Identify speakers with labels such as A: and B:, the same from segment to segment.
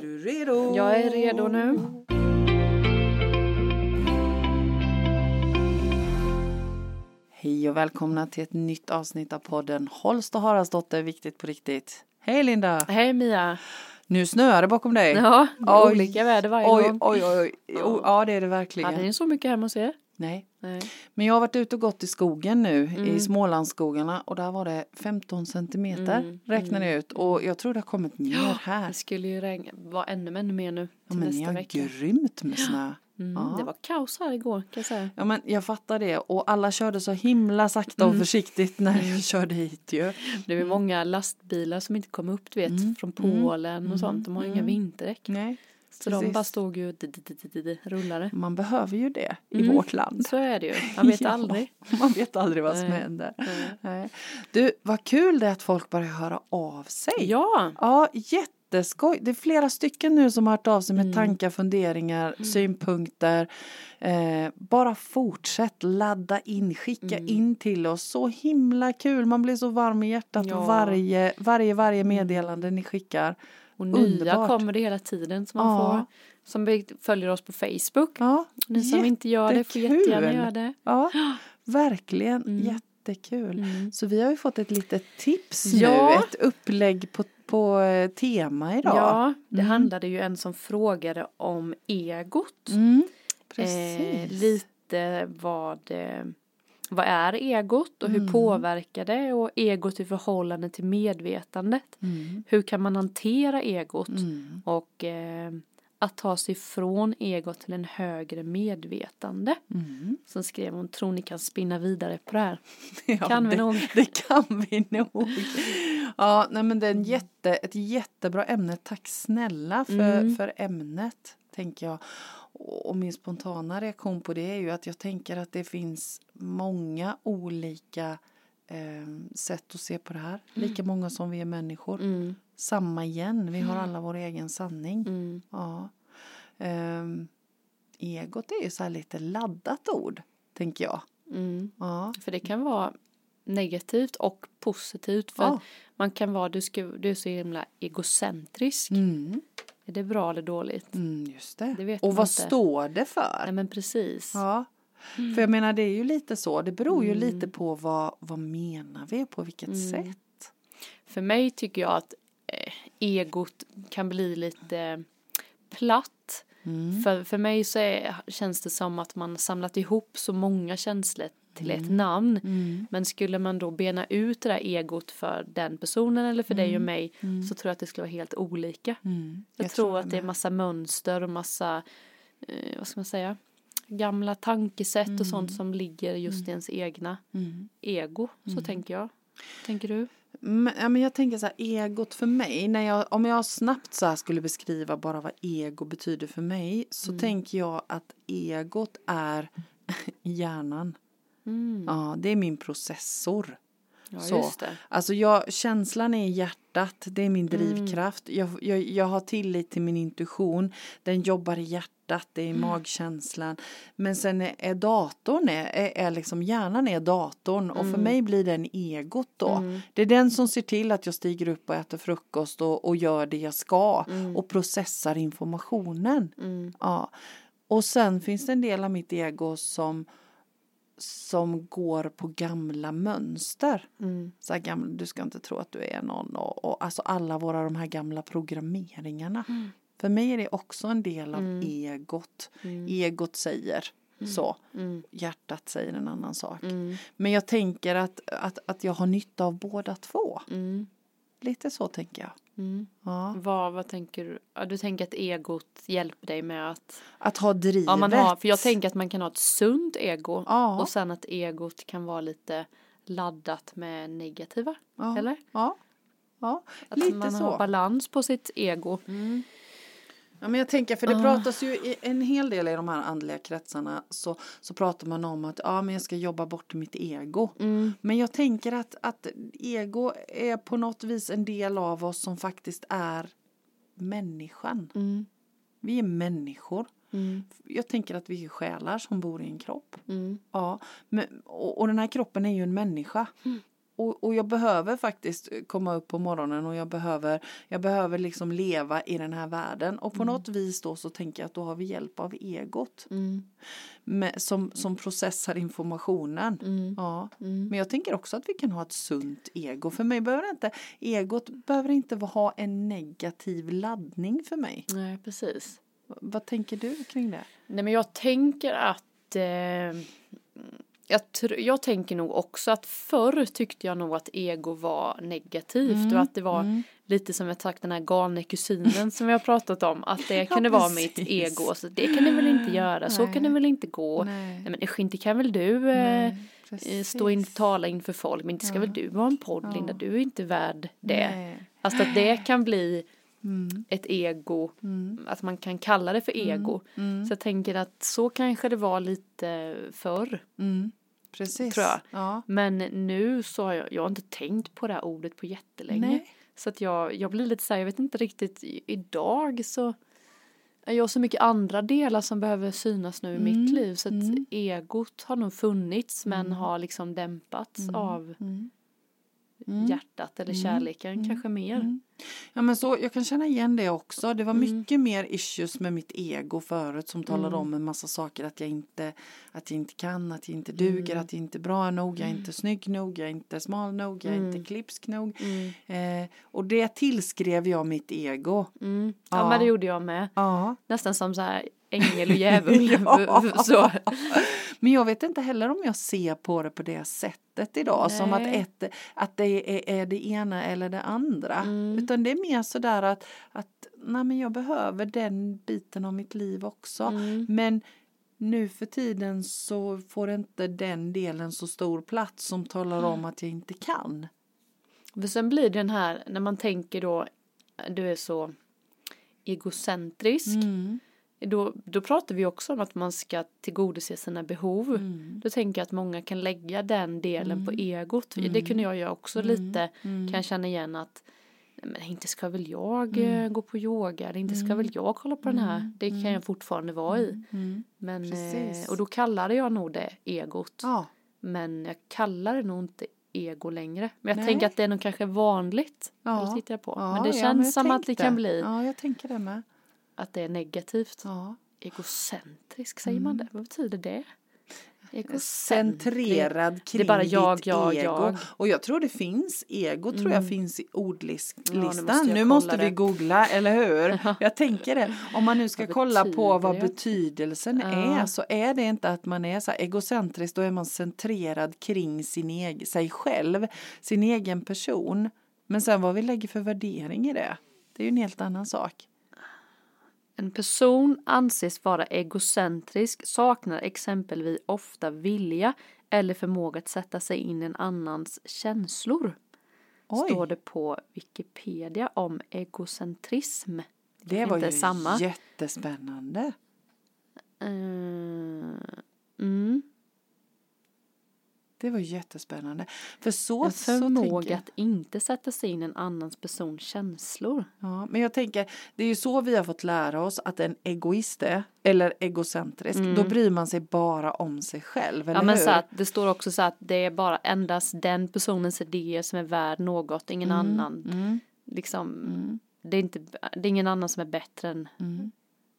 A: du redo?
B: Jag är redo nu. Hej och välkomna till ett nytt avsnitt av podden Holst och Haraldsdotter, viktigt på riktigt. Hej Linda!
C: Hej Mia!
B: Nu snöar det bakom dig.
C: Ja, det är
B: Oj.
C: olika väder varje
B: Oj,
C: gång.
B: oj, oj, oj. O- Ja, det är det
C: Hade
B: verkligen.
C: ni så mycket hemma hos er?
B: Nej.
C: Nej.
B: Men jag har varit ute och gått i skogen nu, i
C: Mm.
B: Smålandsskogarna, och där var det 15 centimeter,
C: Mm,
B: räknar jag ut. Och jag tror det har kommit mer
C: Ja,
B: här.
C: Det skulle ju regna, vara ännu, ännu mer nu till
B: Ja, men ni
C: nästa
B: har
C: vecka.
B: grymt med snö.
C: Mm,
B: Ja. Mm.
C: Det var kaos här igår kan jag säga.
B: Ja men jag fattar det och alla körde så himla sakta
C: Mm.
B: och försiktigt när jag körde hit ju.
C: Det var många lastbilar som inte kom upp, du vet,
B: Mm,
C: från
B: mm,
C: Polen
B: mm,
C: och sånt. De har ju inga
B: mm.
C: vinterdäck.
B: Nej,
C: Så de
B: precis.
C: bara stod ju och di- di- di- di- di- di- rullade.
B: Man behöver ju det i
C: Mm.
B: vårt land.
C: Så är det ju, man vet
B: Ja.
C: aldrig.
B: Man vet aldrig vad som
C: Nej.
B: händer.
C: Nej.
B: Nej. Du, vad kul det är att folk börjar höra av sig.
C: Ja,
B: Ja, jätteskoj. Det är flera stycken nu som har hört av sig med
C: Mm.
B: tankar, funderingar, synpunkter. Eh, bara fortsätt ladda in, skicka
C: Mm.
B: in till oss. Så himla kul. Man blir så varm i hjärtat
C: Ja.
B: varje, varje, varje meddelande ni skickar.
C: och nya
B: Underbart.
C: kommer det hela tiden som man
B: Ja.
C: får. Som be- följer oss på Facebook.
B: Ja,
C: Ni som inte gör det får
B: jättekul.
C: jättegärna göra det.
B: ja verkligen
C: Mm.
B: jättekul.
C: Mm.
B: Så vi har ju fått ett litet tips
C: Ja.
B: nu, ett upplägg på, på eh, tema idag.
C: Ja, det
B: Mm.
C: handlade ju en som frågade om egot.
B: Mm.
C: Eh,
B: Precis.
C: lite vad, eh, vad är egot och hur
B: Mm.
C: påverkar det och egot i förhållande till medvetandet.
B: Mm.
C: Hur kan man hantera egot
B: Mm.
C: och eh, att ta sig från egot till en högre medvetande.
B: Mm.
C: Sen skrev hon, tror ni kan spinna vidare på det här?
B: Ja,
C: kan vi
B: det-
C: nog.
B: Det kan vi nog. Ja, nej, men det är en jätte, ett jättebra ämne. Tack snälla för,
C: Mm.
B: för ämnet, tänker jag. Och och min spontana reaktion på det är ju att jag tänker att det finns många olika eh, sätt att se på det här. Lika många som vi är människor.
C: Mm,
B: Samma igen, vi har alla vår egen sanning.
C: mm,
B: Ja. Ehm, egot är ju så här lite laddat ord, tänker jag.
C: mm.
B: Ja.
C: För det kan vara negativt och positivt. För
B: Ja.
C: att man kan vara, du, ska, du är så himla egocentrisk.
B: Mm.
C: Är det bra eller dåligt?
B: Mm, just det.
C: Det vet
B: och
C: man
B: vad
C: inte.
B: står det för?
C: Nej men Mm. precis.
B: Ja. För jag menar det är ju lite så, det beror ju lite på vad, vad menar vi och på vilket
C: Mm.
B: sätt.
C: För mig tycker jag att eh, egot kan bli lite platt. För, för mig så är, känns det som att man samlat ihop så många känslor till ett namn. Men skulle man då bena ut det där egot för den personen eller för dig och mig så tror jag att det skulle vara helt olika.
B: Mm.
C: Jag, tror, att det är
B: med.
C: massa mönster och massa, eh, vad ska man säga, gamla tankesätt och sånt som ligger just i ens egna
B: Mm.
C: ego, så tänker jag. Tänker du?
B: Men, ja, men jag tänker så här, egot för mig, när jag, om jag snabbt så här skulle beskriva bara vad ego betyder för mig så tänker jag att egot är hjärnan.
C: Mm.
B: Ja, det är min processor.
C: Ja,
B: Så.
C: just det.
B: Alltså jag, känslan är i hjärtat, det är min drivkraft. Jag, jag, jag har tillit till min intuition, den jobbar i hjärtat, det är magkänslan. Men sen är, är datorn, är, är, är liksom hjärnan är datorn och för mig blir den egot då. Det är den som ser till att jag stiger upp och äter frukost och, och gör det jag ska och processar informationen.
C: Mm.
B: Ja. Och sen finns det en del av mitt ego som som går på gamla mönster
C: Mm.
B: så här gamla, du ska inte tro att du är någon och, och alltså alla våra de här gamla programmeringarna.
C: Mm.
B: För mig är det också en del av egot. Egot säger så,
C: Mm.
B: hjärtat säger en annan sak.
C: Mm.
B: Men jag tänker att, att, att jag har nytta av båda två.
C: Mm.
B: Lite så tänker jag.
C: Mm.
B: Ja.
C: Vad, vad tänker du? Ja, du tänker att egot hjälper dig med att...
B: Att ha drivet.
C: Ja, man har, för jag tänker att man kan ha ett sunt ego
B: Ja.
C: och sen att egot kan vara lite laddat med negativa,
B: ja.
C: eller?
B: Ja, ja.
C: Att
B: lite
C: man
B: så. Mm.
C: har balans på sitt ego.
B: Ja, men jag tänker, för det
C: Ah.
B: pratas ju i en hel del i de här andliga kretsarna så, så pratar man om att ja, men jag ska jobba bort mitt ego.
C: Mm.
B: Men jag tänker att, att ego är på något vis en del av oss som faktiskt är människan.
C: Mm.
B: Vi är människor.
C: Mm.
B: Jag tänker att vi är själar som bor i en kropp.
C: Mm. Mm.
B: Ja, men, och, och den här kroppen är ju en människa. och, och jag behöver faktiskt eh, komma upp på morgonen och jag behöver, jag behöver liksom leva i den här världen. Och på något vis då så tänker jag att då har vi hjälp av egot
C: Mm.
B: med, som, som processar informationen.
C: Mm.
B: Ja. Men jag tänker också att vi kan ha ett sunt ego. För mig behöver det inte, egot behöver inte ha en negativ laddning för mig.
C: Nej, precis.
B: V- Vad tänker du kring det?
C: Nej, men jag tänker att... Eh, jag, tr- jag tänker nog också att förr tyckte jag nog att ego var negativt
B: Mm,
C: och att det var lite som jag sagt den här galne kusinen som vi har pratat om. Att det kunde vara mitt
B: precis.
C: ego. Så det kan du väl inte göra, så
B: Nej.
C: kan det väl inte gå. Nej,
B: Nej,
C: men usch, inte kan väl du eh, eh, stå in, tala inför folk. Men inte ska
B: Ja.
C: väl du ha en podd,
B: Ja.
C: Linda? Du är inte värd det.
B: Nej.
C: Alltså att det kan bli
B: Mm.
C: ett ego,
B: Mm.
C: att man kan kalla det för ego.
B: Mm.
C: Så jag tänker att så kanske det var lite förr.
B: Mm. Precis.
C: Tror jag.
B: Ja.
C: Men nu så har jag, jag har inte tänkt på det här ordet på jättelänge.
B: Nej.
C: Så att jag, jag blir lite så här, jag vet inte riktigt, i- idag så är jag så mycket andra delar som behöver synas nu i mitt liv. Så att
B: mm.
C: egot har nog funnits men har liksom dämpats av
B: Mm. Mm.
C: hjärtat eller kärleken kanske mer.
B: Ja, men så, jag kan känna igen det också. Det var mycket mer issues med mitt ego förut som talade om en massa saker. Att jag inte, att jag inte kan, att jag inte duger, att jag inte är bra nog, jag är inte snygg nog, jag är inte smal nog, jag är inte klipsk nog. Eh, och det tillskrev jag mitt ego.
C: Mm. Ja,
B: Ja.
C: men det gjorde jag med.
B: Ja.
C: Nästan som så här ängel och djävul.
B: Ja.
C: så.
B: Men jag vet inte heller om jag ser på det på det sättet idag. Som att,
C: Nej.
B: ett, att det är, är det ena eller det andra. Utan det är mer sådär att, att nej men jag behöver den biten av mitt liv också.
C: Mm.
B: Men nu för tiden så får inte den delen så stor plats som talar om att jag inte kan.
C: För sen blir det den här, när man tänker då, du är så egocentrisk.
B: Mm.
C: Då, då pratar vi också om att man ska tillgodose sina behov.
B: Mm.
C: Då tänker jag att många kan lägga den delen på egot. Det kunde jag ju också lite,
B: Mm.
C: kan jag känna igen att nej, men inte ska väl jag eh, gå på yoga, eller inte ska väl jag kolla på den här. Det kan jag fortfarande vara i.
B: Mm.
C: Men,
B: Precis.
C: eh, och då kallade jag nog det egot.
B: Ja,
C: Men jag kallar det nog inte ego längre. Men jag
B: Nej.
C: tänker att det är nog kanske vanligt.
B: Ja.
C: Det tittar jag på.
B: ja
C: men det
B: ja,
C: känns
B: jag
C: som att det
B: tänkte.
C: kan bli
B: Ja, jag tänker det med.
C: att det är negativt.
B: Ja.
C: Egocentrisk, säger man
B: Mm.
C: det? Vad betyder det?
B: centrerad kring
C: Det är bara jag,
B: ditt
C: jag,
B: ego.
C: jag. Mm.
B: Och jag tror det finns, ego tror jag finns i
C: Ja, nu
B: ordlistan.
C: måste jag
B: nu måste,
C: kolla
B: vi
C: det.
B: googla, eller hur? Jag tänker det. Om man nu ska
C: Vad
B: kolla på
C: betyder
B: vad
C: det?
B: betydelsen
C: Ja.
B: är så är det inte att man är så här egocentrisk, då är man centrerad kring sin egen, sig själv, sin egen person. Men sen vad vi lägger för värdering i det, det är ju en helt annan sak.
C: En person anses vara egocentrisk, saknar exempelvis ofta vilja eller förmåga att sätta sig in i en annans känslor.
B: Oj.
C: Står det på Wikipedia om egocentrism.
B: Det var
C: inte
B: ju
C: samma.
B: jättespännande.
C: Eh, mm.
B: Det var jättespännande. För så,
C: En
B: så tänker
C: förmåga
B: jag.
C: att inte sätta sig in i en annans persons känslor.
B: Ja, men jag tänker, det är ju så vi har fått lära oss att en egoist är, eller egocentrisk, då bryr man sig bara om sig själv, eller
C: Mm. Ja men
B: hur?
C: så att det står också så att det är bara endast den personens idéer som är värd något, ingen
B: Mm,
C: annan. Liksom, det, är inte, det är ingen annan som är bättre än,
B: Mm.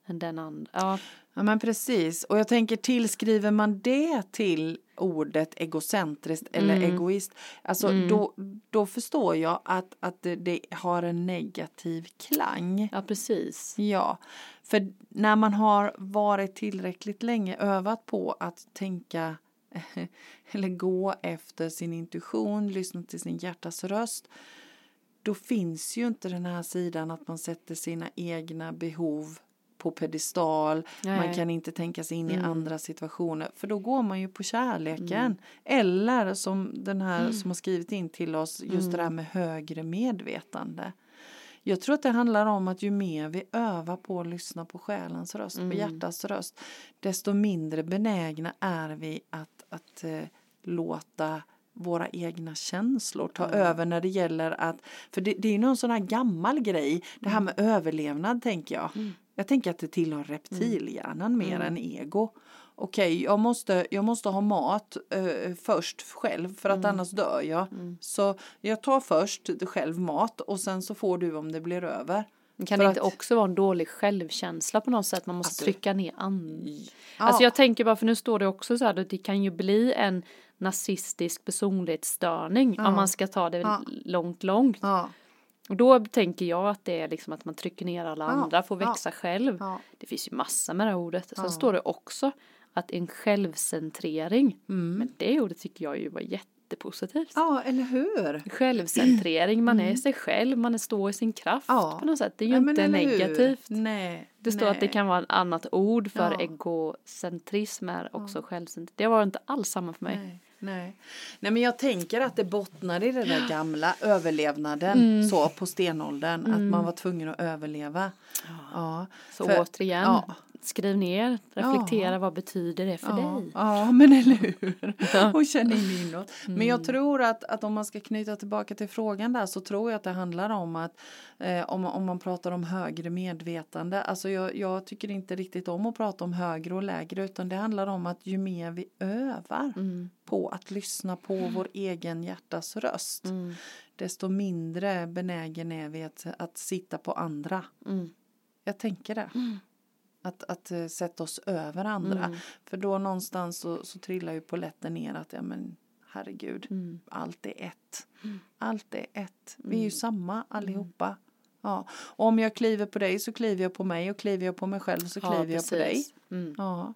C: än den andra. Ja,
B: Ja, men precis. Och jag tänker, tillskriver man det till ordet egocentriskt eller
C: Mm.
B: egoist, alltså då, då förstår jag att, att det, det har en negativ klang.
C: ja precis.
B: Ja, för när man har varit tillräckligt länge övat på att tänka eller gå efter sin intuition, lyssna till sin hjärtas röst, då finns ju inte den här sidan att man sätter sina egna behov på pedestal, man
C: Nej.
B: kan inte tänka sig in i andra situationer, för då går man ju på kärleken. Eller som den här som har skrivit in till oss, just det där med högre medvetande. Jag tror att det handlar om att ju mer vi övar på att lyssna på själens röst, på hjärtats röst, desto mindre benägna är vi att, att eh, låta våra egna känslor ta över när det gäller att, för det, det är ju någon sån här gammal grej, det här med överlevnad tänker jag. Jag tänker att det tillhör reptilhjärnan mer än ego. okej, jag, måste, jag måste ha mat eh, först själv för att annars dör jag. Så jag tar först själv mat och sen så får du om det blir över.
C: Men Kan
B: För
C: det inte
B: att-
C: också vara en dålig självkänsla på något sätt? Man måste
B: Alltså-
C: trycka ner andra.
B: Ja.
C: Alltså jag tänker bara, för nu står det också så här, att det kan ju bli en narcissistisk personlighetsstörning om man ska ta det
B: Ja.
C: långt, långt.
B: Ja,
C: Och då tänker jag att det är liksom att man trycker ner alla
B: Ja,
C: andra, får
B: ja,
C: växa själv.
B: ja.
C: Det finns ju massa med det här ordet. Sen
B: Ja.
C: står det också att en självcentrering, men det ordet tycker jag ju var jättepositivt.
B: Mm. ja, eller hur?
C: Självcentrering, man är sig själv, man är står i sin kraft
B: Ja.
C: på något sätt. Det är ju
B: Ja, men
C: inte
B: eller hur?
C: negativt.
B: Nej.
C: Det står att det
B: nej.
C: kan vara ett annat ord för
B: Ja.
C: egocentrism är också självcentrism. Det var inte alls samma för mig.
B: Nej, nej. nej, men jag tänker att det bottnar i det där gamla överlevnaden så på stenåldern, att man var tvungen att överleva. Mm. Ja,
C: Så
B: För-
C: återigen,
B: ja.
C: skriv ner, reflektera, vad betyder det för
B: ja,
C: dig?
B: ja, men eller hur? Och känn in inåt. Men
C: Mm.
B: jag tror att, att om man ska knyta tillbaka till frågan där så tror jag att det handlar om att eh, om, om man pratar om högre medvetande. Alltså jag, jag tycker inte riktigt om att prata om högre och lägre utan det handlar om att ju mer vi övar
C: Mm.
B: på att lyssna på vår egen hjärtas röst
C: Mm.
B: desto mindre benägen är vi att, att sitta på andra.
C: Mm.
B: Jag tänker det. Att, att eh, sätta oss över andra.
C: Mm.
B: För då någonstans så, så trillar ju poletten ner att ja men herregud,
C: Mm.
B: allt är ett. Allt är ett. Vi är ju
C: Mm.
B: samma allihopa. Ja. Och om jag kliver på dig så kliver jag på mig och kliver jag på mig själv så
C: Ja,
B: kliver jag
C: precis.
B: på dig.
C: Mm.
B: Ja.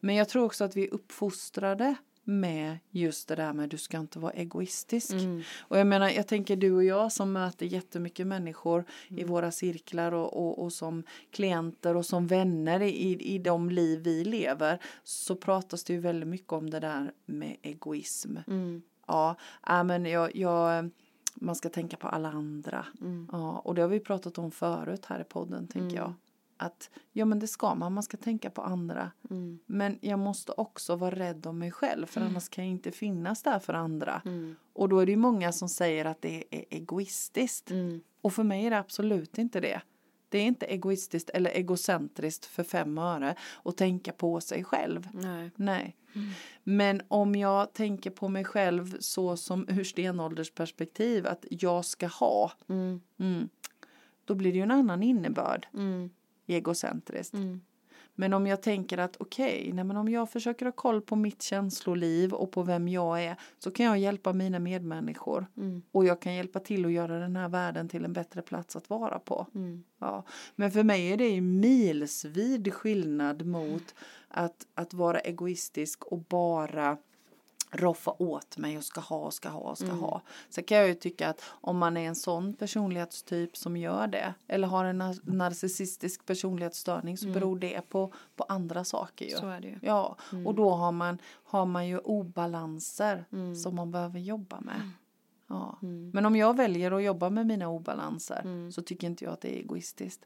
B: Men jag tror också att vi är uppfostrade med just det där med du ska inte vara egoistisk.
C: Mm.
B: Och jag menar, jag tänker du och jag som möter jättemycket människor i
C: Mm.
B: våra cirklar och, och, och som klienter och som vänner i, i, i de liv vi lever så pratas det ju väldigt mycket om det där med egoism.
C: Mm.
B: Ja, äh, men jag, jag, man ska tänka på alla andra.
C: Mm.
B: Ja, och det har vi pratat om förut här i podden, tänker jag. Att ja, men det ska man, man ska tänka på andra.
C: Mm.
B: Men jag måste också vara rädd om mig själv för annars kan jag inte finnas där för andra.
C: Mm.
B: Och då är det ju många som säger att det är egoistiskt.
C: Mm.
B: Och för mig är det absolut inte det. Det är inte egoistiskt eller egocentriskt för fem öre att tänka på sig själv.
C: Nej.
B: Nej. Men om jag tänker på mig själv så som ur stenåldersperspektiv att jag ska ha,
C: Mm.
B: mm, då blir det ju en annan innebörd
C: Mm.
B: egocentriskt.
C: Mm.
B: Men om jag tänker att okej, nej men om jag försöker ha koll på mitt känsloliv och på vem jag är så kan jag hjälpa mina medmänniskor
C: Mm.
B: och jag kan hjälpa till att göra den här världen till en bättre plats att vara på.
C: Mm.
B: Ja. Men för mig är det ju milsvid skillnad mot att, att vara egoistisk och bara roffa åt mig och ska ha och ska ha och ska
C: Mm.
B: ha. Sen kan jag ju tycka att om man är en sån personlighetstyp som gör det eller har en nar- narcissistisk personlighetsstörning så beror det på, på andra saker ju.
C: Mm. Så är det Mm. ju.
B: Ja, och då har man, har man ju obalanser
C: Mm.
B: som man behöver jobba med. Ja. Men om jag väljer att jobba med mina obalanser
C: Mm.
B: så tycker inte jag att det är egoistiskt.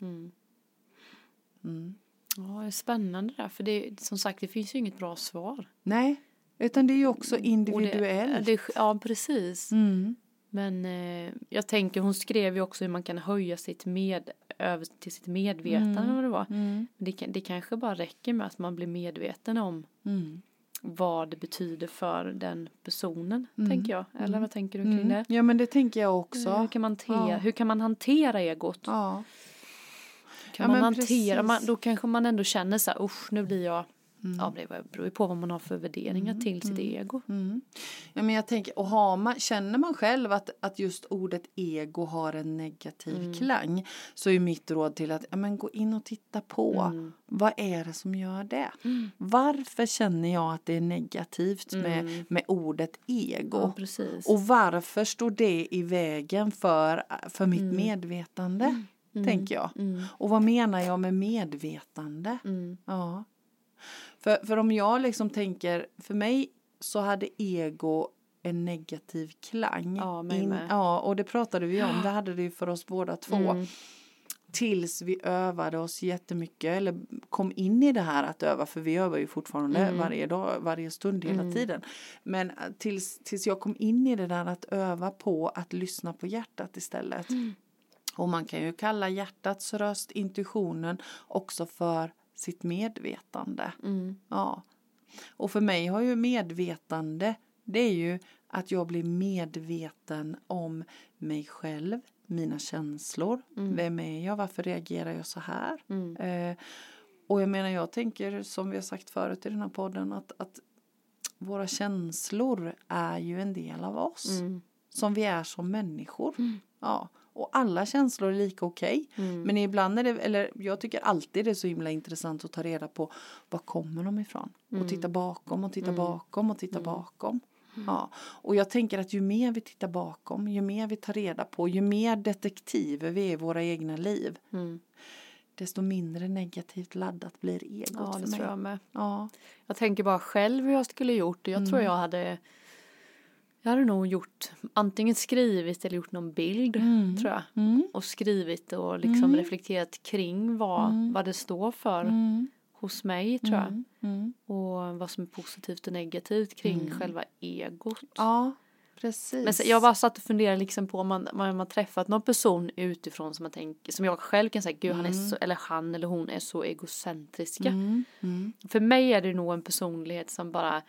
B: Mm.
C: Ja, det är spännande där. För det, som sagt, det finns ju inget bra svar.
B: Nej, utan det är ju också
C: Mm. Och det-
B: individuellt.
C: Det, ja, precis.
B: Mm.
C: Men eh, jag tänker, hon skrev ju också hur man kan höja sitt med, över till sitt medvetande eller vad det var.
B: Mm.
C: Men Det, kan- det kanske bara räcker med att man blir medveten om
B: Mm.
C: vad det betyder för den personen, tänker jag. Eller vad tänker du kring
B: Mm.
C: det?
B: Ja, men det tänker jag
C: Eh, Hur
B: också.
C: kan man, te-
B: Ja.
C: hur kan man hantera egot?
B: Ja.
C: Kan
B: Ja,
C: man
B: men
C: hantera,
B: precis.
C: man, då kanske man ändå känner så här, usch nu blir jag, ja det beror ju på vad man har för värderingar till sitt ego.
B: Mm. Ja, men jag tänker, och har man, känner man själv att, att just ordet ego har en negativ
C: Mm.
B: klang så är mitt råd till att ja, men gå in och titta på
C: Mm.
B: vad är det som gör det? Varför känner jag att det är negativt med, med ordet ego?
C: Mm. Ja, precis.
B: Och varför står det i vägen för, för mitt medvetande? Tänker jag. Och vad menar jag med medvetande?
C: Mm.
B: Ja. För, för om jag liksom tänker, för mig så hade ego en negativ klang.
C: Ja, mig med. Mm.
B: ja, och det pratade vi om, det hade det ju för oss båda två. Tills vi övade oss jättemycket eller kom in i det här att öva för vi övar ju fortfarande
C: Mm.
B: varje dag, varje stund hela tiden. Men eh, tills, tills jag kom in i det där att öva på att lyssna på hjärtat
C: Mm.
B: istället. Och man kan ju kalla hjärtats röst, intuitionen, också för sitt medvetande.
C: Mm.
B: Ja. Och för mig har ju medvetande, det är ju att jag blir medveten om mig själv, mina känslor. Vem är jag? Varför reagerar jag så här?
C: Mm.
B: Eh, och jag menar, jag tänker som vi har sagt förut i den här podden att, att våra känslor är ju en del av oss
C: Mm.
B: som vi är som människor. Ja. Och alla känslor är lika okej.
C: Mm.
B: Men ibland är det, eller jag tycker alltid det är så himla intressant att ta reda på var kommer de ifrån?
C: Mm.
B: Och titta bakom och titta bakom och titta bakom. Ja. Och jag tänker att ju mer vi tittar bakom, ju mer vi tar reda på, ju mer detektiver vi är i våra egna liv,
C: Mm.
B: desto mindre negativt laddat blir egot
C: Ja,
B: för
C: det
B: mig.
C: tror jag med.
B: Ja.
C: Jag tänker bara själv hur jag skulle gjort och jag tror
B: Mm.
C: jag hade jag hade nog gjort antingen skrivit eller gjort någon bild
B: Mm.
C: tror jag
B: Mm.
C: och skrivit och liksom reflekterat kring vad, vad det står för
B: Mm.
C: hos mig tror jag
B: Mm. Mm.
C: och vad som är positivt och negativt kring själva egot.
B: Ja, precis.
C: Men sen, jag bara satt och funderade liksom på om man, om man har träffat någon person utifrån som man tänker, som jag själv kan säga, gud han är så, eller han eller hon är så egocentriska.
B: Mm. Mm.
C: För mig är det nog en personlighet som bara,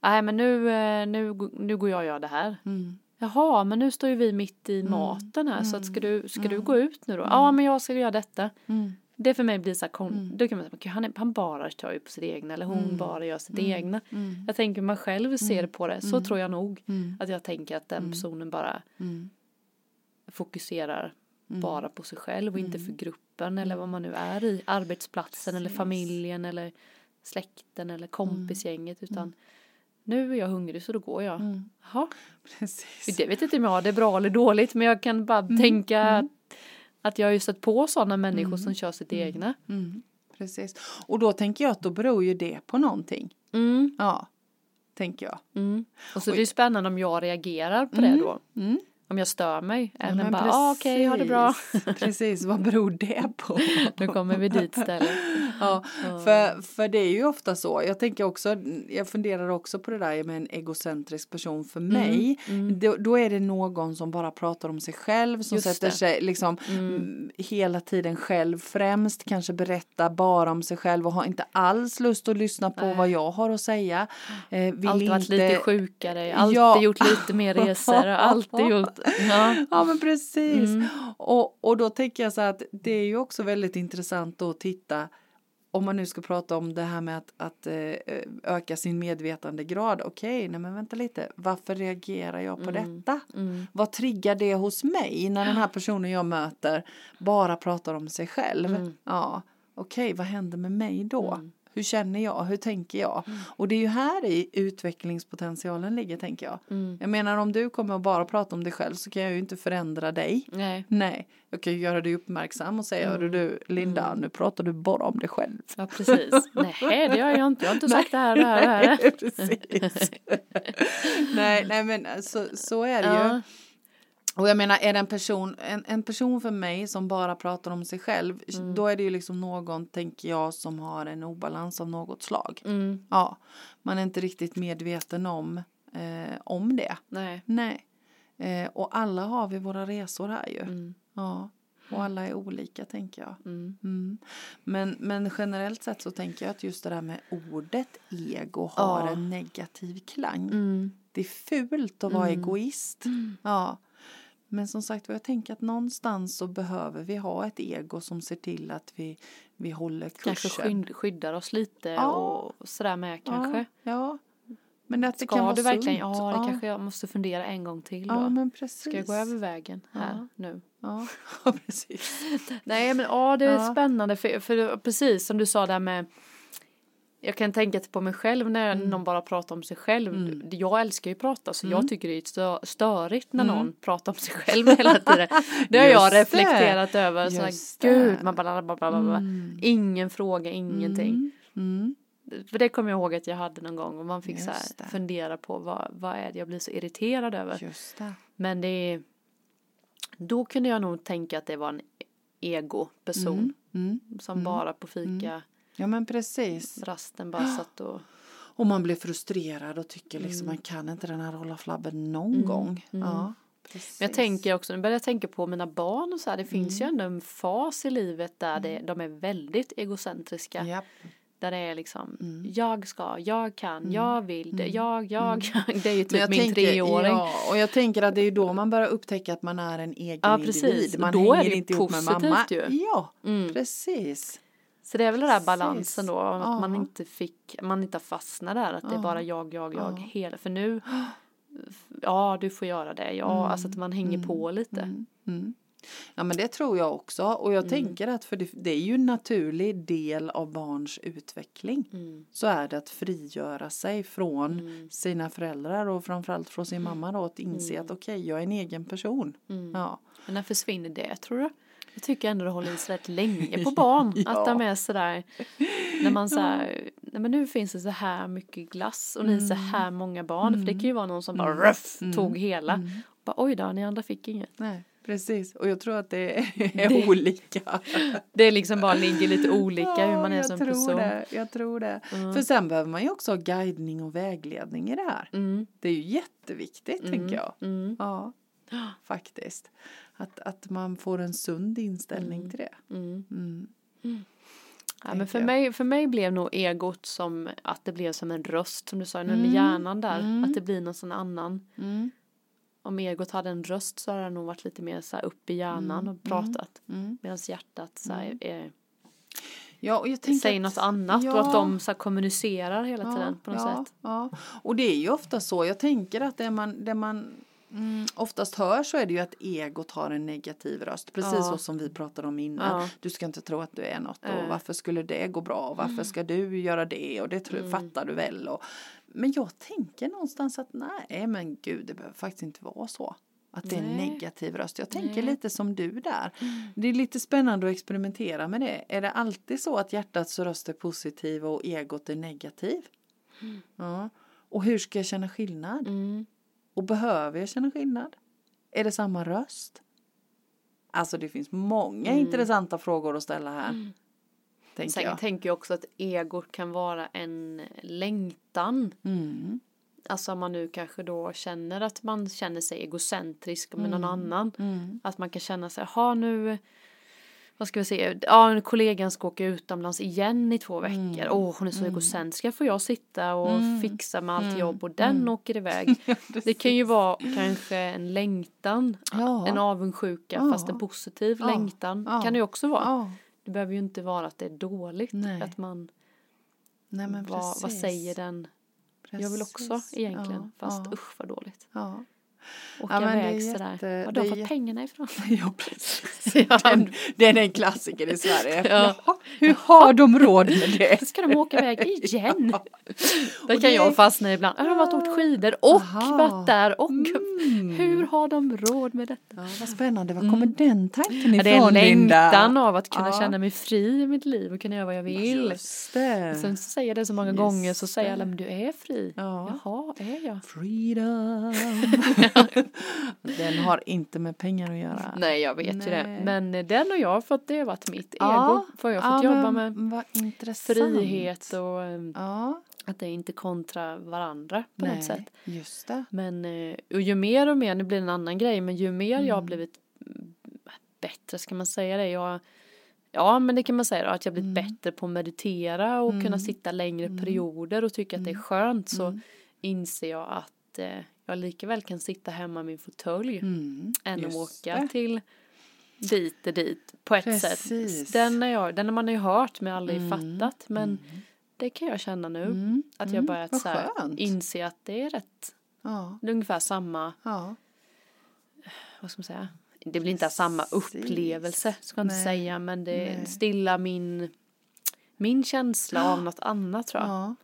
C: nej men nu, eh, nu, g- nu går jag och gör det här.
B: Mm.
C: Jaha, men nu står ju vi mitt i maten här så att ska du, ska du gå ut nu då? Ja, men jag ska göra detta.
B: Mm.
C: Det för mig blir så här kon- då kan man säga, "Gud, han, är, han bara tar ju på sitt egna eller hon bara gör sitt egna.
B: Mm.
C: Jag tänker man själv ser på det, så tror jag nog
B: Mm.
C: att jag tänker att den personen bara
B: Mm.
C: fokuserar bara på sig själv och inte för gruppen eller vad man nu är i, arbetsplatsen eller
B: Mm. Precis. Mm.
C: familjen eller släkten eller kompisgänget utan nu är jag hungrig så då går jag.
B: Mm.
C: Jaha,
B: Precis.
C: det vet inte om jag det är bra eller dåligt men jag kan bara
B: Mm.
C: tänka att- att jag har ju stött på sådana människor som kör sitt egna.
B: Mm, precis. Och då tänker jag att då beror ju det på någonting.
C: Mm,
B: Ja, tänker jag.
C: mm. Och så det är ju spännande om jag reagerar på det då.
B: Mm.
C: Om jag stör mig.
B: Ja,
C: Eller
B: men
C: bara, ah, okej, ha det bra.
B: precis. Precis, vad beror det på?
C: Nu kommer vi dit istället.
B: Ja, för, för det är ju ofta så. Jag tänker också, jag funderar också på det där med en egocentrisk person för
C: Mm,
B: mig. Då, då är det någon som bara pratar om sig själv, som
C: Just
B: sätter
C: det. Mm.
B: sig liksom m, hela tiden själv främst, kanske berättar bara om sig själv och har inte alls lust att lyssna på vad jag har att säga. Eh, vill
C: alltid varit lite sjukare, alltid
B: Ja.
C: gjort lite mer resor, alltid gjort, ja. Mm,
B: Ja men precis. Och, och då tänker jag så här att det är ju också väldigt intressant då att titta om man nu ska prata om det här med att, att eh, öka sin medvetandegrad. Okej, nej men vänta lite. Varför reagerar jag på detta?
C: mm,
B: Vad triggar det hos mig när den här personen jag möter bara pratar om sig själv? Ja, okej, vad händer med mig då? Hur känner jag? Hur tänker jag? Och det är ju här i utvecklingspotentialen ligger, tänker jag.
C: mm.
B: Jag menar, om du kommer och bara prata om dig själv så kan jag ju inte förändra dig.
C: Nej,
B: Nej, jag kan ju göra dig uppmärksam och säga, hörru
C: Mm.
B: du, Linda, nu pratar du bara om dig själv.
C: ja precis. Nej, det har jag inte, jag har inte sagt det här och det här och det här.
B: Nej, precis. nej, nej, men eh, så, så är det ju.
C: Ja.
B: Och jag menar, är det en person, en, en person för mig som bara pratar om sig själv,
C: Mm.
B: då är det ju liksom någon, tänker jag, som har en obalans av något slag.
C: Mm,
B: Ja, man är inte riktigt medveten om, eh, om det.
C: nej.
B: Nej. Eh, och alla har vi våra resor här ju.
C: Mm,
B: Ja. Och alla är olika tänker jag.
C: mm,
B: Mm. Men, men generellt sett så tänker jag att just det där med ordet ego har
C: Ja.
B: en negativ klang.
C: mm,
B: Det är fult att vara
C: Mm.
B: egoist. Ja. Men som sagt jag tänker att någonstans så behöver vi ha ett ego som ser till att vi, vi håller kursen.
C: kanske skydd, skyddar oss lite
B: Ja.
C: och sådär med kanske.
B: Ja, ja. Men att det kan
C: Ska
B: vara
C: du verkligen,
B: sunt.
C: ja det kanske jag måste fundera en gång till då.
B: ja, men precis.
C: Ska jag gå över vägen här
B: Ja.
C: nu?
B: Ja, ja precis.
C: Nej men ja det är
B: Ja.
C: spännande för, för precis som du sa där med jag kan tänka på mig själv när
B: Mm.
C: någon bara pratar om sig själv. Jag älskar ju att prata så jag tycker det är stö- störigt när någon pratar om sig själv hela tiden. Det har
B: Mm. Just
C: jag
B: det.
C: reflekterat över. Så här,
B: Just det.
C: Gud, man bara, bara, bara, bara, bara. Ingen fråga, ingenting.
B: Mm.
C: För det kommer jag ihåg att jag hade någon gång och man fick så
B: Just det.
C: här, fundera på vad, vad är det jag blir så irriterad över.
B: Just det.
C: Men det är, då kunde jag nog tänka att det var en ego-person
B: Mm.
C: som bara på fika
B: Ja men precis.
C: rasten bara satt och
B: Och man blir frustrerad och tycker liksom man kan inte den här hålla flabben någon gång. Ja, Precis.
C: Mm. Men jag tänker också, nu börjar jag tänka på mina barn och så här,
B: Mm.
C: det finns ju ändå en fas i livet där det, de är väldigt egocentriska.
B: Japp.
C: Där det är liksom,
B: Mm.
C: jag ska, jag kan, jag vill det, jag, jag, jag. Det är ju
B: Men
C: typ
B: jag
C: min
B: tänker,
C: treåring.
B: Ja, och jag tänker att det är ju då man börjar upptäcka att man är en egen
C: Ja, precis.
B: individ. Man
C: Då är
B: hänger
C: det ju
B: inte ihop med
C: positivt
B: mamma.
C: ju.
B: Ja,
C: Mm.
B: precis.
C: Så det är väl den där
B: Precis.
C: balansen då, att
B: Ja.
C: man inte fick, man inte fastnar där, att det är
B: Ja.
C: bara jag, jag, jag,
B: Ja.
C: hela, för nu, ja du får göra det, ja, alltså att man hänger på lite.
B: Mm. Mm. Ja men det tror jag också och
C: Mm.
B: jag tänker att för det, det är ju en naturlig del av barns utveckling
C: Mm.
B: så är det att frigöra sig från sina föräldrar och framförallt från sin
C: Mm.
B: mamma då att inse att okej jag är en egen person. Ja.
C: Men när försvinner det tror du? Jag tycker ändå det håller i sig rätt länge på barn.
B: Ja.
C: Att de är sådär, när man såhär, nej men nu finns det så här mycket glass och ni är så här många barn. För det kan ju vara någon som bara ruff, tog hela.
B: Mm.
C: Bara, Oj då, ni andra fick inget.
B: Nej, precis och jag tror att det är olika.
C: Det är liksom bara ligger lite olika hur man
B: Ja,
C: är
B: jag
C: som
B: tror
C: person. Mm.
B: Det, jag tror det. För sen behöver man ju också ha guidning och vägledning i det här.
C: Mm,
B: Det är ju jätteviktigt tänker jag.
C: mm,
B: Ja, faktiskt. Att, att man får en sund inställning till det.
C: mm.
B: Mm.
C: Ja, men för,
B: tänker
C: mig, för mig blev nog egot som att det blev som en röst som du sa, nu med
B: Mm,
C: hjärnan där.
B: mm.
C: Att det blir någon sån annan. Om egot hade en röst så hade det nog varit lite mer så här upp i hjärnan
B: Mm,
C: och pratat.
B: Mm.
C: Medan hjärtat så här, är,
B: Ja, och jag tänker
C: säger
B: att-
C: något annat och
B: Ja.
C: att de så här, kommunicerar hela tiden på något
B: ja,
C: sätt.
B: Ja. Och det är ju ofta så, jag tänker att det man, det man mm, oftast hör så är det ju att egot har en negativ röst, precis
C: Ja.
B: så som vi pratade om innan.
C: Ja. Mm.
B: Du ska inte tro att du är något
C: Nej.
B: och varför skulle det gå bra och
C: Mm.
B: varför ska du göra det och det tror, fattar du väl. Och, men jag tänker någonstans att nej men gud det behöver faktiskt inte vara så. Att det är en
C: Nej.
B: negativ röst. Jag tänker
C: Nej. Mm.
B: lite som du där. Det är lite spännande att experimentera med det. Är det alltid så att hjärtats röst är positiv och egot är negativ? Ja. Och hur ska jag känna skillnad?
C: Mm.
B: Och behöver jag känna skillnad? Är det samma röst? Alltså det finns många
C: Mm.
B: intressanta frågor att ställa här. Tänker
C: Sen
B: jag.
C: tänker jag också att egot kan vara en längtan.
B: Mm.
C: Alltså om man nu kanske då känner att man känner sig egocentrisk med någon annan.
B: Mm.
C: Att man kan känna sig, ha nu vad ska vi säga, ja en kollegan ska åka utomlands igen i två veckor. Åh
B: Mm.
C: hon är så egocentrisk, här får jag sitta och fixa med allt
B: Mm.
C: jobb och den åker iväg. det kan ju vara kanske en längtan,
B: Ja.
C: en avundsjuka
B: Ja.
C: fast en positiv
B: Ja.
C: längtan
B: Ja.
C: kan det ju också vara.
B: Ja.
C: Det behöver ju inte vara att det är dåligt.
B: Nej.
C: Att man,
B: Nej, men
C: vad, vad
B: precis.
C: säger den? Jag vill också
B: Precis.
C: egentligen,
B: Ja,
C: fast
B: ja,
C: usch vad dåligt.
B: ja.
C: Åka
B: Ja, men det är
C: iväg sådär.
B: jätte-
C: Var
B: det
C: de
B: är
C: fått
B: jätte-
C: pengarna ifrån?
B: Ja, precis.
C: Ja.
B: Den, den är en klassiker i Sverige.
C: Ja.
B: Jaha, hur har de råd med det?
C: Ska de åka iväg igen? Där
B: Och
C: kan
B: det-
C: jag fastna ibland. Ja, De har varit och åkt skidor och
B: Aha.
C: varit där och
B: Mm.
C: Ah. hur har de råd med detta?
B: Ja, vad spännande. Var kommer den tanken
C: Ja,
B: ifrån,
C: det är en längtan av att kunna
B: Ja.
C: känna mig fri i mitt liv och kunna göra vad jag vill.
B: Just det.
C: Sen så säger jag det så många
B: Just
C: gånger så säger
B: det.
C: alla men du är fri.
B: Ja.
C: Jaha, är jag?
B: Freedom. den har inte med pengar att göra.
C: Nej jag vet ju det.
B: Nej.
C: Men eh, den och jag för att det har varit mitt
B: Ja.
C: ego. För jag har fått jobba med
B: Vad intressant.
C: frihet och eh,
B: Ja,
C: att det är inte kontra varandra på
B: nej,
C: något sätt.
B: just det.
C: Men eh, och ju mer och mer, nu blir det en annan grej, men ju mer jag har blivit mm, bättre, ska man säga det? Jag, ja, men det kan man säga då, att jag har blivit
B: Mm.
C: bättre på att meditera och kunna sitta längre perioder och tycka att
B: Mm.
C: det är skönt så inser jag att eh, jag lika väl kan sitta hemma i min fåtölj
B: Mm,
C: än att
B: just
C: åka
B: det.
C: till dit och dit på ett
B: Precis.
C: sätt. Den, är jag, den har man ju hört men aldrig fattat men det kan jag känna nu.
B: Mm,
C: Att jag
B: mm,
C: börjat
B: vad
C: så här,
B: skönt.
C: inse att det är rätt
B: Ja,
C: det är ungefär samma,
B: ja.
C: vad ska man säga? Det blir inte samma
B: Precis.
C: upplevelse, ska jag inte
B: Nej,
C: säga, men det
B: nej. Ah.
C: stillar min, min känsla av något annat tror jag.
B: Ja.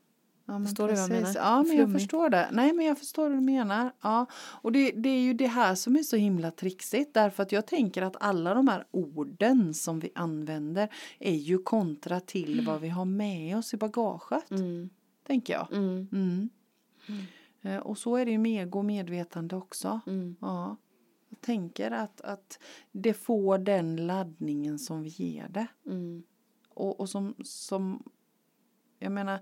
B: Ja, men
C: Förstår du vad jag
B: precis.
C: menar?
B: Ja, men jag
C: Flummigt.
B: förstår det. Nej, men jag förstår vad du menar. Ja. Och det, det är ju det här som är så himla trixigt därför att jag tänker att alla de här orden som vi använder är ju kontra till vad vi har med oss i bagaget,
C: Mm,
B: tänker jag.
C: mm,
B: Mm. Eh, Och så är det ju med ego och medvetande också.
C: mm,
B: Ja. Jag tänker att, att det får den laddningen som vi ger det.
C: mm,
B: Och, och som, som, jag menar,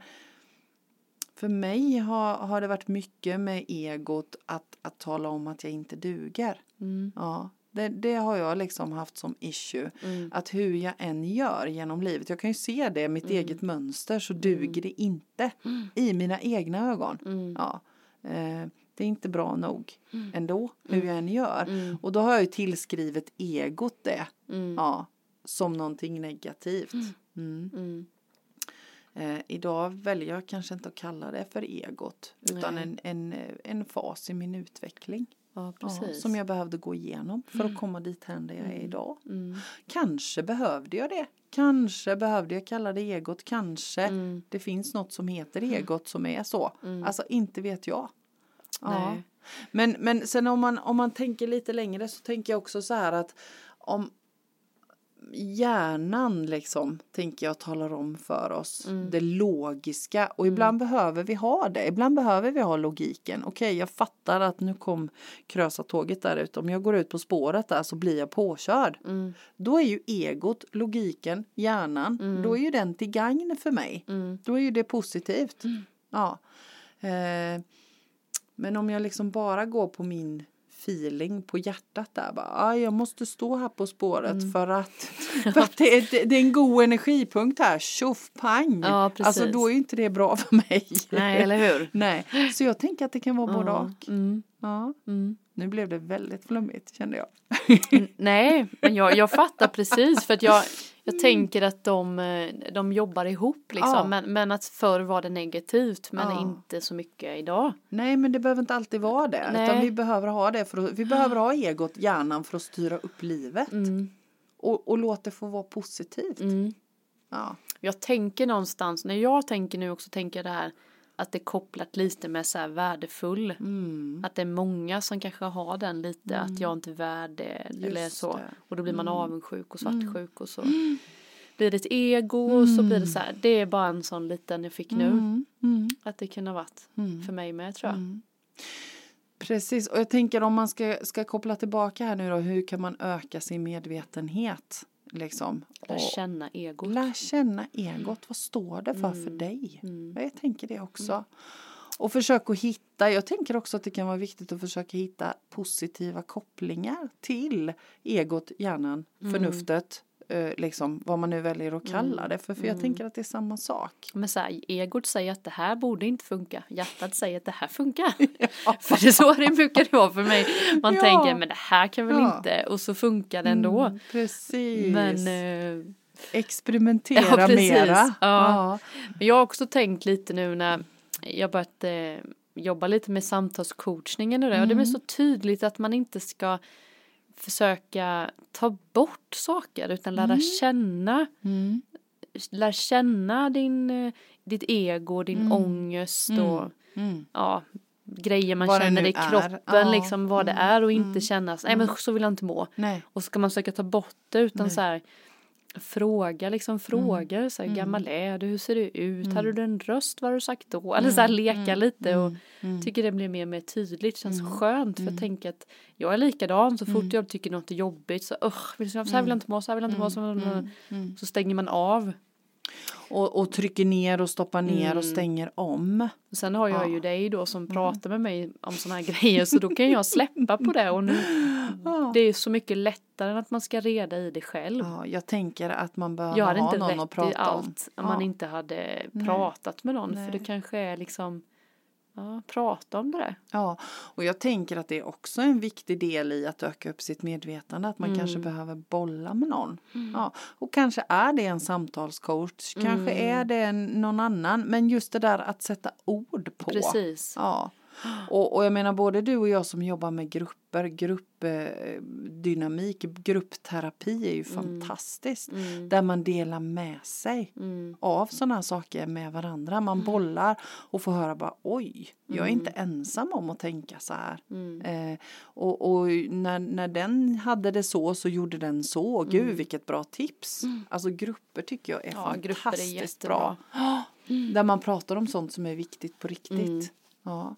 B: För mig har, har det varit mycket med egot att, att tala om att jag inte duger.
C: Mm.
B: Ja, det, det har jag liksom haft som issue.
C: Mm.
B: Att hur jag än gör genom livet, jag kan ju se det, mitt eget mönster, så duger det inte i mina egna ögon.
C: Mm.
B: Ja, eh, det är inte bra nog ändå,
C: Mm.
B: hur jag än gör. Och då har jag ju tillskrivit egot det,
C: Mm.
B: ja, som någonting negativt. Mm.
C: Mm.
B: Eh, idag väljer jag kanske inte att kalla det för egot, utan
C: Nej.
B: en, en, eh, en fas i min utveckling.
C: Ja,
B: Ja,
C: precis.
B: som jag behövde gå igenom för att komma dit här där jag är idag.
C: mm.
B: Kanske behövde jag det. Kanske behövde jag kalla det egot. Kanske
C: Mm.
B: det finns något som heter egot som är så. Alltså inte vet jag. Ja.
C: Nej.
B: Men, men sen om man, om man tänker lite längre så tänker jag också så här att om hjärnan liksom tänker jag talar om för oss det logiska och ibland behöver vi ha det. Ibland behöver vi ha logiken. Okej, jag fattar att nu kom krösatåget där ute. Om jag går ut på spåret där så blir jag påkörd.
C: Mm.
B: Då är ju egot, logiken, hjärnan, då är ju den till gagn för mig.
C: Mm.
B: Då är ju det positivt. Ja. Eh, men om jag liksom bara går på min feeling på hjärtat där bara, ah, jag måste stå här på spåret
C: Mm.
B: för att, för att det, är, det, det är en god energipunkt här, tjoff pang.
C: Ja, precis.
B: Alltså då är ju inte det bra för mig.
C: Nej, eller hur?
B: Nej. Så jag tänker att det kan vara både
C: Ja.
B: och.
C: Mm.
B: Ja.
C: Mm.
B: Nu blev det väldigt flummigt kände jag.
C: N- Nej, men jag, jag fattar precis för att jag, jag tänker att de, eh, de jobbar ihop liksom.
B: Mm. Ja.
C: Men, men att förr var det negativt men
B: Ja.
C: inte så mycket idag.
B: Nej men det behöver inte alltid vara det. Utan
C: Nej.
B: vi behöver ha det för att, vi behöver ha egot, hjärnan för att styra upp livet. Och, och låt det få vara positivt.
C: Mm.
B: Ja.
C: Jag tänker någonstans, när jag tänker nu också tänker jag det här att det är kopplat lite med så här värdefull.
B: Mm.
C: Att det är många som kanske har den lite, att jag inte är värd det eller
B: Just
C: så.
B: det. Mm.
C: Och då blir man avundsjuk och svartsjuk och så blir det ett ego och så blir det så
B: Mm.
C: här. Det är bara en sån liten jag fick nu. Att det kunde ha varit
B: Mm.
C: för mig med tror jag.
B: Precis, och jag tänker om man ska, ska koppla tillbaka här nu då, hur kan man öka sin medvetenhet? Liksom.
C: Lära
B: Och-
C: känna egot.
B: Lär känna egot. Vad står det för för
C: Mm.
B: dig? Ja, Jag tänker det också. Och försök att hitta. Jag tänker också att det kan vara viktigt att försöka hitta positiva kopplingar till egot, hjärnan,
C: Mm.
B: förnuftet. eh, Liksom vad man nu väljer att kalla det för. För
C: Mm.
B: jag tänker att det är samma sak.
C: Men så här, egot säger att det här borde inte funka. Hjärtat säger att det här funkar. För det är så det brukar vara för mig. Man
B: Ja.
C: tänker men det här kan väl
B: Ja.
C: inte. Och så funkar det ändå.
B: Mm, precis.
C: Men eh,
B: Experimentera
C: Ja, precis.
B: mera.
C: Ja. Men jag har också tänkt lite nu när jag börjat eh, jobba lite med samtalscoachningen och det. Och det blir
B: Mm.
C: så tydligt att man inte ska försöka ta bort saker utan lära känna.
B: Mm.
C: Lär känna din, eh, ditt ego, din ångest och
B: Mm.
C: ja, grejer man
B: Vad det
C: känner
B: nu
C: i
B: är.
C: kroppen.
B: Ja. Mm.
C: Liksom vad det är och inte kännas. Nej men så vill jag inte må.
B: Nej.
C: Och ska man försöka ta bort det utan så här fråga,
B: Mm.
C: liksom frågor, så här, gammal är du, hur ser du ut, hade du en röst, vad har du sagt då?
B: Mm.
C: Eller så här leka lite och tycker det blir mer och mer tydligt, känns
B: Mm.
C: skönt för jag tänker att jag är likadan så fort jag tycker något är jobbigt så usch, vill- så här vill
B: Mm.
C: jag inte må, så här vill jag inte må, så, så stänger man av.
B: Och, och trycker ner och stoppar ner och
C: Mm.
B: stänger om.
C: Och sen har jag ju dig då som
B: Mm.
C: pratar med mig om sådana här grejer så då kan jag släppa på det och nu, det är så mycket lättare än att man ska reda i det själv.
B: Ja, jag tänker att man
C: Jag
B: behöver
C: hade
B: ha
C: inte
B: någon att
C: rätt i
B: prata om.
C: allt om man
B: Ja.
C: inte hade pratat med någon
B: Nej.
C: för det kanske är liksom ja, prata om det där.
B: Ja, och jag tänker att det är också en viktig del i att öka upp sitt medvetande, att man kanske
C: Mm.
B: behöver bolla med någon. Ja, och kanske är det en samtalscoach, kanske
C: Mm.
B: är det en, någon annan, men just det där att sätta ord på.
C: Precis.
B: Ja. Och, och jag menar både du och jag som jobbar med grupper, gruppdynamik, gruppterapi är ju
C: Mm.
B: fantastiskt. Där man delar med sig
C: mm,
B: av sådana här saker med varandra. Man bollar och får höra bara oj, jag är inte
C: Mm.
B: ensam om att tänka så här. Eh, och och när, när den hade det så så gjorde den så. Gud vilket bra tips. Alltså grupper tycker jag är
C: Mm. Ja, grupper är
B: fantastiskt
C: jättebra. Mm.
B: bra. Ja, Där man pratar om sånt som är viktigt på riktigt. Ja.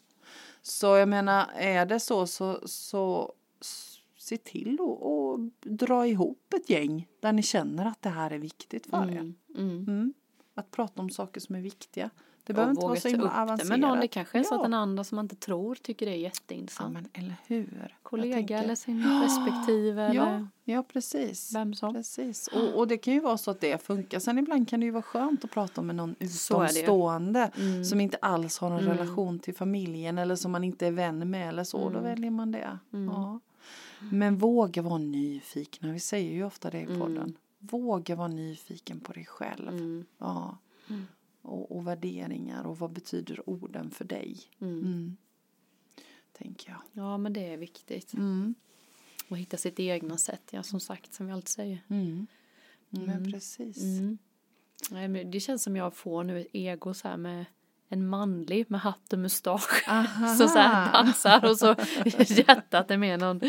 B: Så jag menar, är det så så, så s- se till och, och dra ihop ett gäng där ni känner att det här är viktigt för er.
C: Mm. Mm.
B: Mm. Att prata om saker som är viktiga. Det behöver inte vara så himla
C: avancerat. Men någon, det
B: avancerat.
C: kanske är så
B: Ja.
C: att den andra som man inte tror tycker det är
B: Ja,
C: jätteintressant.
B: men eller hur? Jag
C: Kollega
B: tänker-
C: eller sin
B: Ja,
C: respektive
B: Ja,
C: eller
B: ja precis.
C: vem som.
B: Precis. Och, och det kan ju vara så att det funkar. Sen ibland kan det ju vara skönt att prata med någon
C: Så är det ju.
B: utomstående
C: Mm.
B: som inte alls har någon
C: Mm.
B: relation till familjen eller som man inte är vän med eller så. Då
C: Mm.
B: väljer man det.
C: Mm.
B: Ja. Men våga vara nyfikna. Vi säger ju ofta det i
C: Mm.
B: podden. Våga vara nyfiken på dig själv.
C: Mm.
B: Ja.
C: Mm.
B: Och, och värderingar och vad betyder orden för dig.
C: Mm.
B: Mm. Tänker jag.
C: Ja, men det är viktigt.
B: Mm.
C: Och hitta sitt egna sätt, ja som sagt, som vi alltid säger.
B: Mm. Men
C: Mm.
B: precis.
C: Mm. Nej, men det känns som jag får nu ett ego så här med en manlig med hatt och mustasch.
B: Aha.
C: Så, så här dansar och så hjärtat är med någon.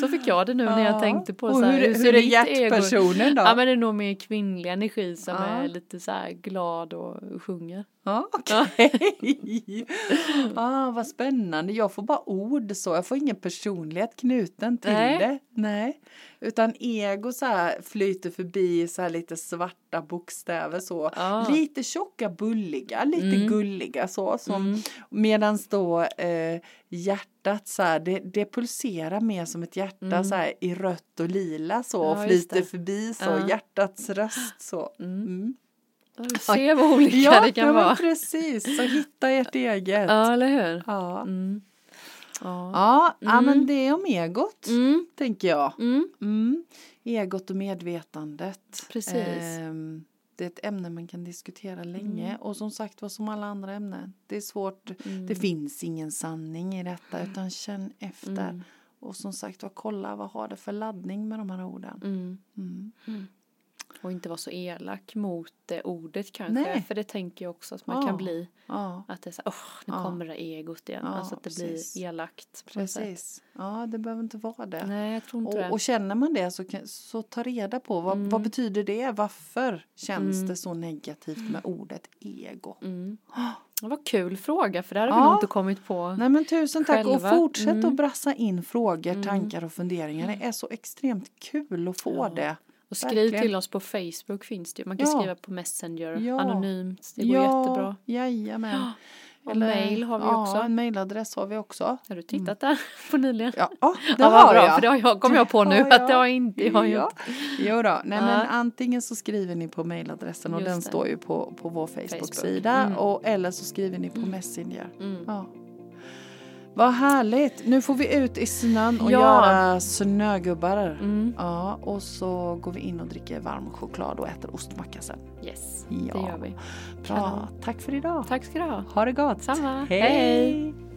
C: Så fick jag det nu när jag
B: Ja.
C: tänkte på
B: och
C: så här,
B: hur,
C: ser
B: hur är
C: ditt ego?
B: hjärtpersonen då?
C: Ja men det är nog mer kvinnlig energi som
B: Ja.
C: är lite så här glad och sjunger.
B: Ja, okej. ah, vad spännande. Jag får bara ord så. Jag får ingen personlighet knuten till
C: Nej.
B: det. Nej. Utan ego så här flyter förbi i så här lite svarta bokstäver så.
C: Ja.
B: Lite tjocka, bulliga, lite
C: Ah. Mm.
B: gulliga så. Som,
C: Mm.
B: Medan då eh, hjärtat så här, det, det pulserar mer som ett hjärta
C: Mm.
B: så här i rött och lila så. och
C: Ja, just
B: flyter
C: det.
B: förbi så.
C: Ja.
B: Hjärtats röst så.
C: Mm.
B: Mm.
C: Ja, Du ser vad olika
B: Ja,
C: det
B: ja,
C: kan
B: men
C: vara.
B: precis. Så hitta ert eget.
C: Ja eller hur.
B: Ja.
C: Mm. Ja.
B: Ja, ja,
C: Mm.
B: men det är om egot,
C: Mm.
B: tänker jag.
C: Mm.
B: Mm. Egot och medvetandet.
C: Precis.
B: Ehm, det är ett ämne man kan diskutera länge.
C: Mm.
B: Och som sagt var, som alla andra ämnen, det är svårt. Det finns ingen sanning i detta, utan känn efter.
C: Mm.
B: Och som sagt var, kolla vad har det för laddning med de här orden.
C: Mm.
B: Mm.
C: Och inte vara så elak mot eh, ordet kanske.
B: Nej.
C: För det tänker jag också att man
B: Ja.
C: kan bli.
B: Ja,
C: Att det är så här, "Åh, nu
B: Ja.
C: kommer det egot igen.
B: Ja,
C: alltså att det
B: precis.
C: blir elakt. på något sätt.
B: precis. Ja, det behöver inte vara det.
C: Nej, jag tror inte
B: Och, och känner man det så, kan, så ta reda på vad,
C: Mm.
B: vad betyder det? Varför känns
C: Mm.
B: det så negativt med ordet ego?
C: det. Mm. Det var kul fråga för det hade vi
B: Ja.
C: nog inte kommit på.
B: Nej men tusen tack
C: Själva.
B: och fortsätt
C: Mm.
B: att brassa in frågor,
C: Mm.
B: tankar och funderingar. Det är så extremt kul att få
C: Ja.
B: det.
C: och skriv
B: verkligen.
C: till oss på Facebook finns det ju. Man kan
B: Ja.
C: skriva på Messenger
B: Ja.
C: anonymt. Det går jättebra.
B: Jajamän.
C: Och mail har vi
B: ja,
C: också.
B: en mailadress har vi också.
C: Har du tittat där på nyligen?
B: Ja, ja, Mm. det
C: Ja, vad
B: har
C: bra,
B: jag.
C: För det har jag, kom jag på
B: Det
C: nu
B: har
C: att det
B: jag.
C: har inte jag har
B: ja.
C: gjort.
B: Jo då. Nej, men
C: Ja.
B: antingen så skriver ni på mailadressen och
C: Just
B: den
C: det.
B: står ju på, på vår Facebook-sida
C: Facebook. Mm.
B: och, eller så skriver ni på Messenger.
C: Mm.
B: Ja. Vad härligt! Nu får vi ut i snön och
C: Ja.
B: göra snögubbar.
C: Mm.
B: Ja, och så går vi in och dricker varm choklad och äter ostmacka sen.
C: Yes,
B: Ja.
C: det gör vi.
B: Bra, tack för idag!
C: Tack ska du ha.
B: Ha det gott!
C: Samma.
B: Hej!
C: Hej.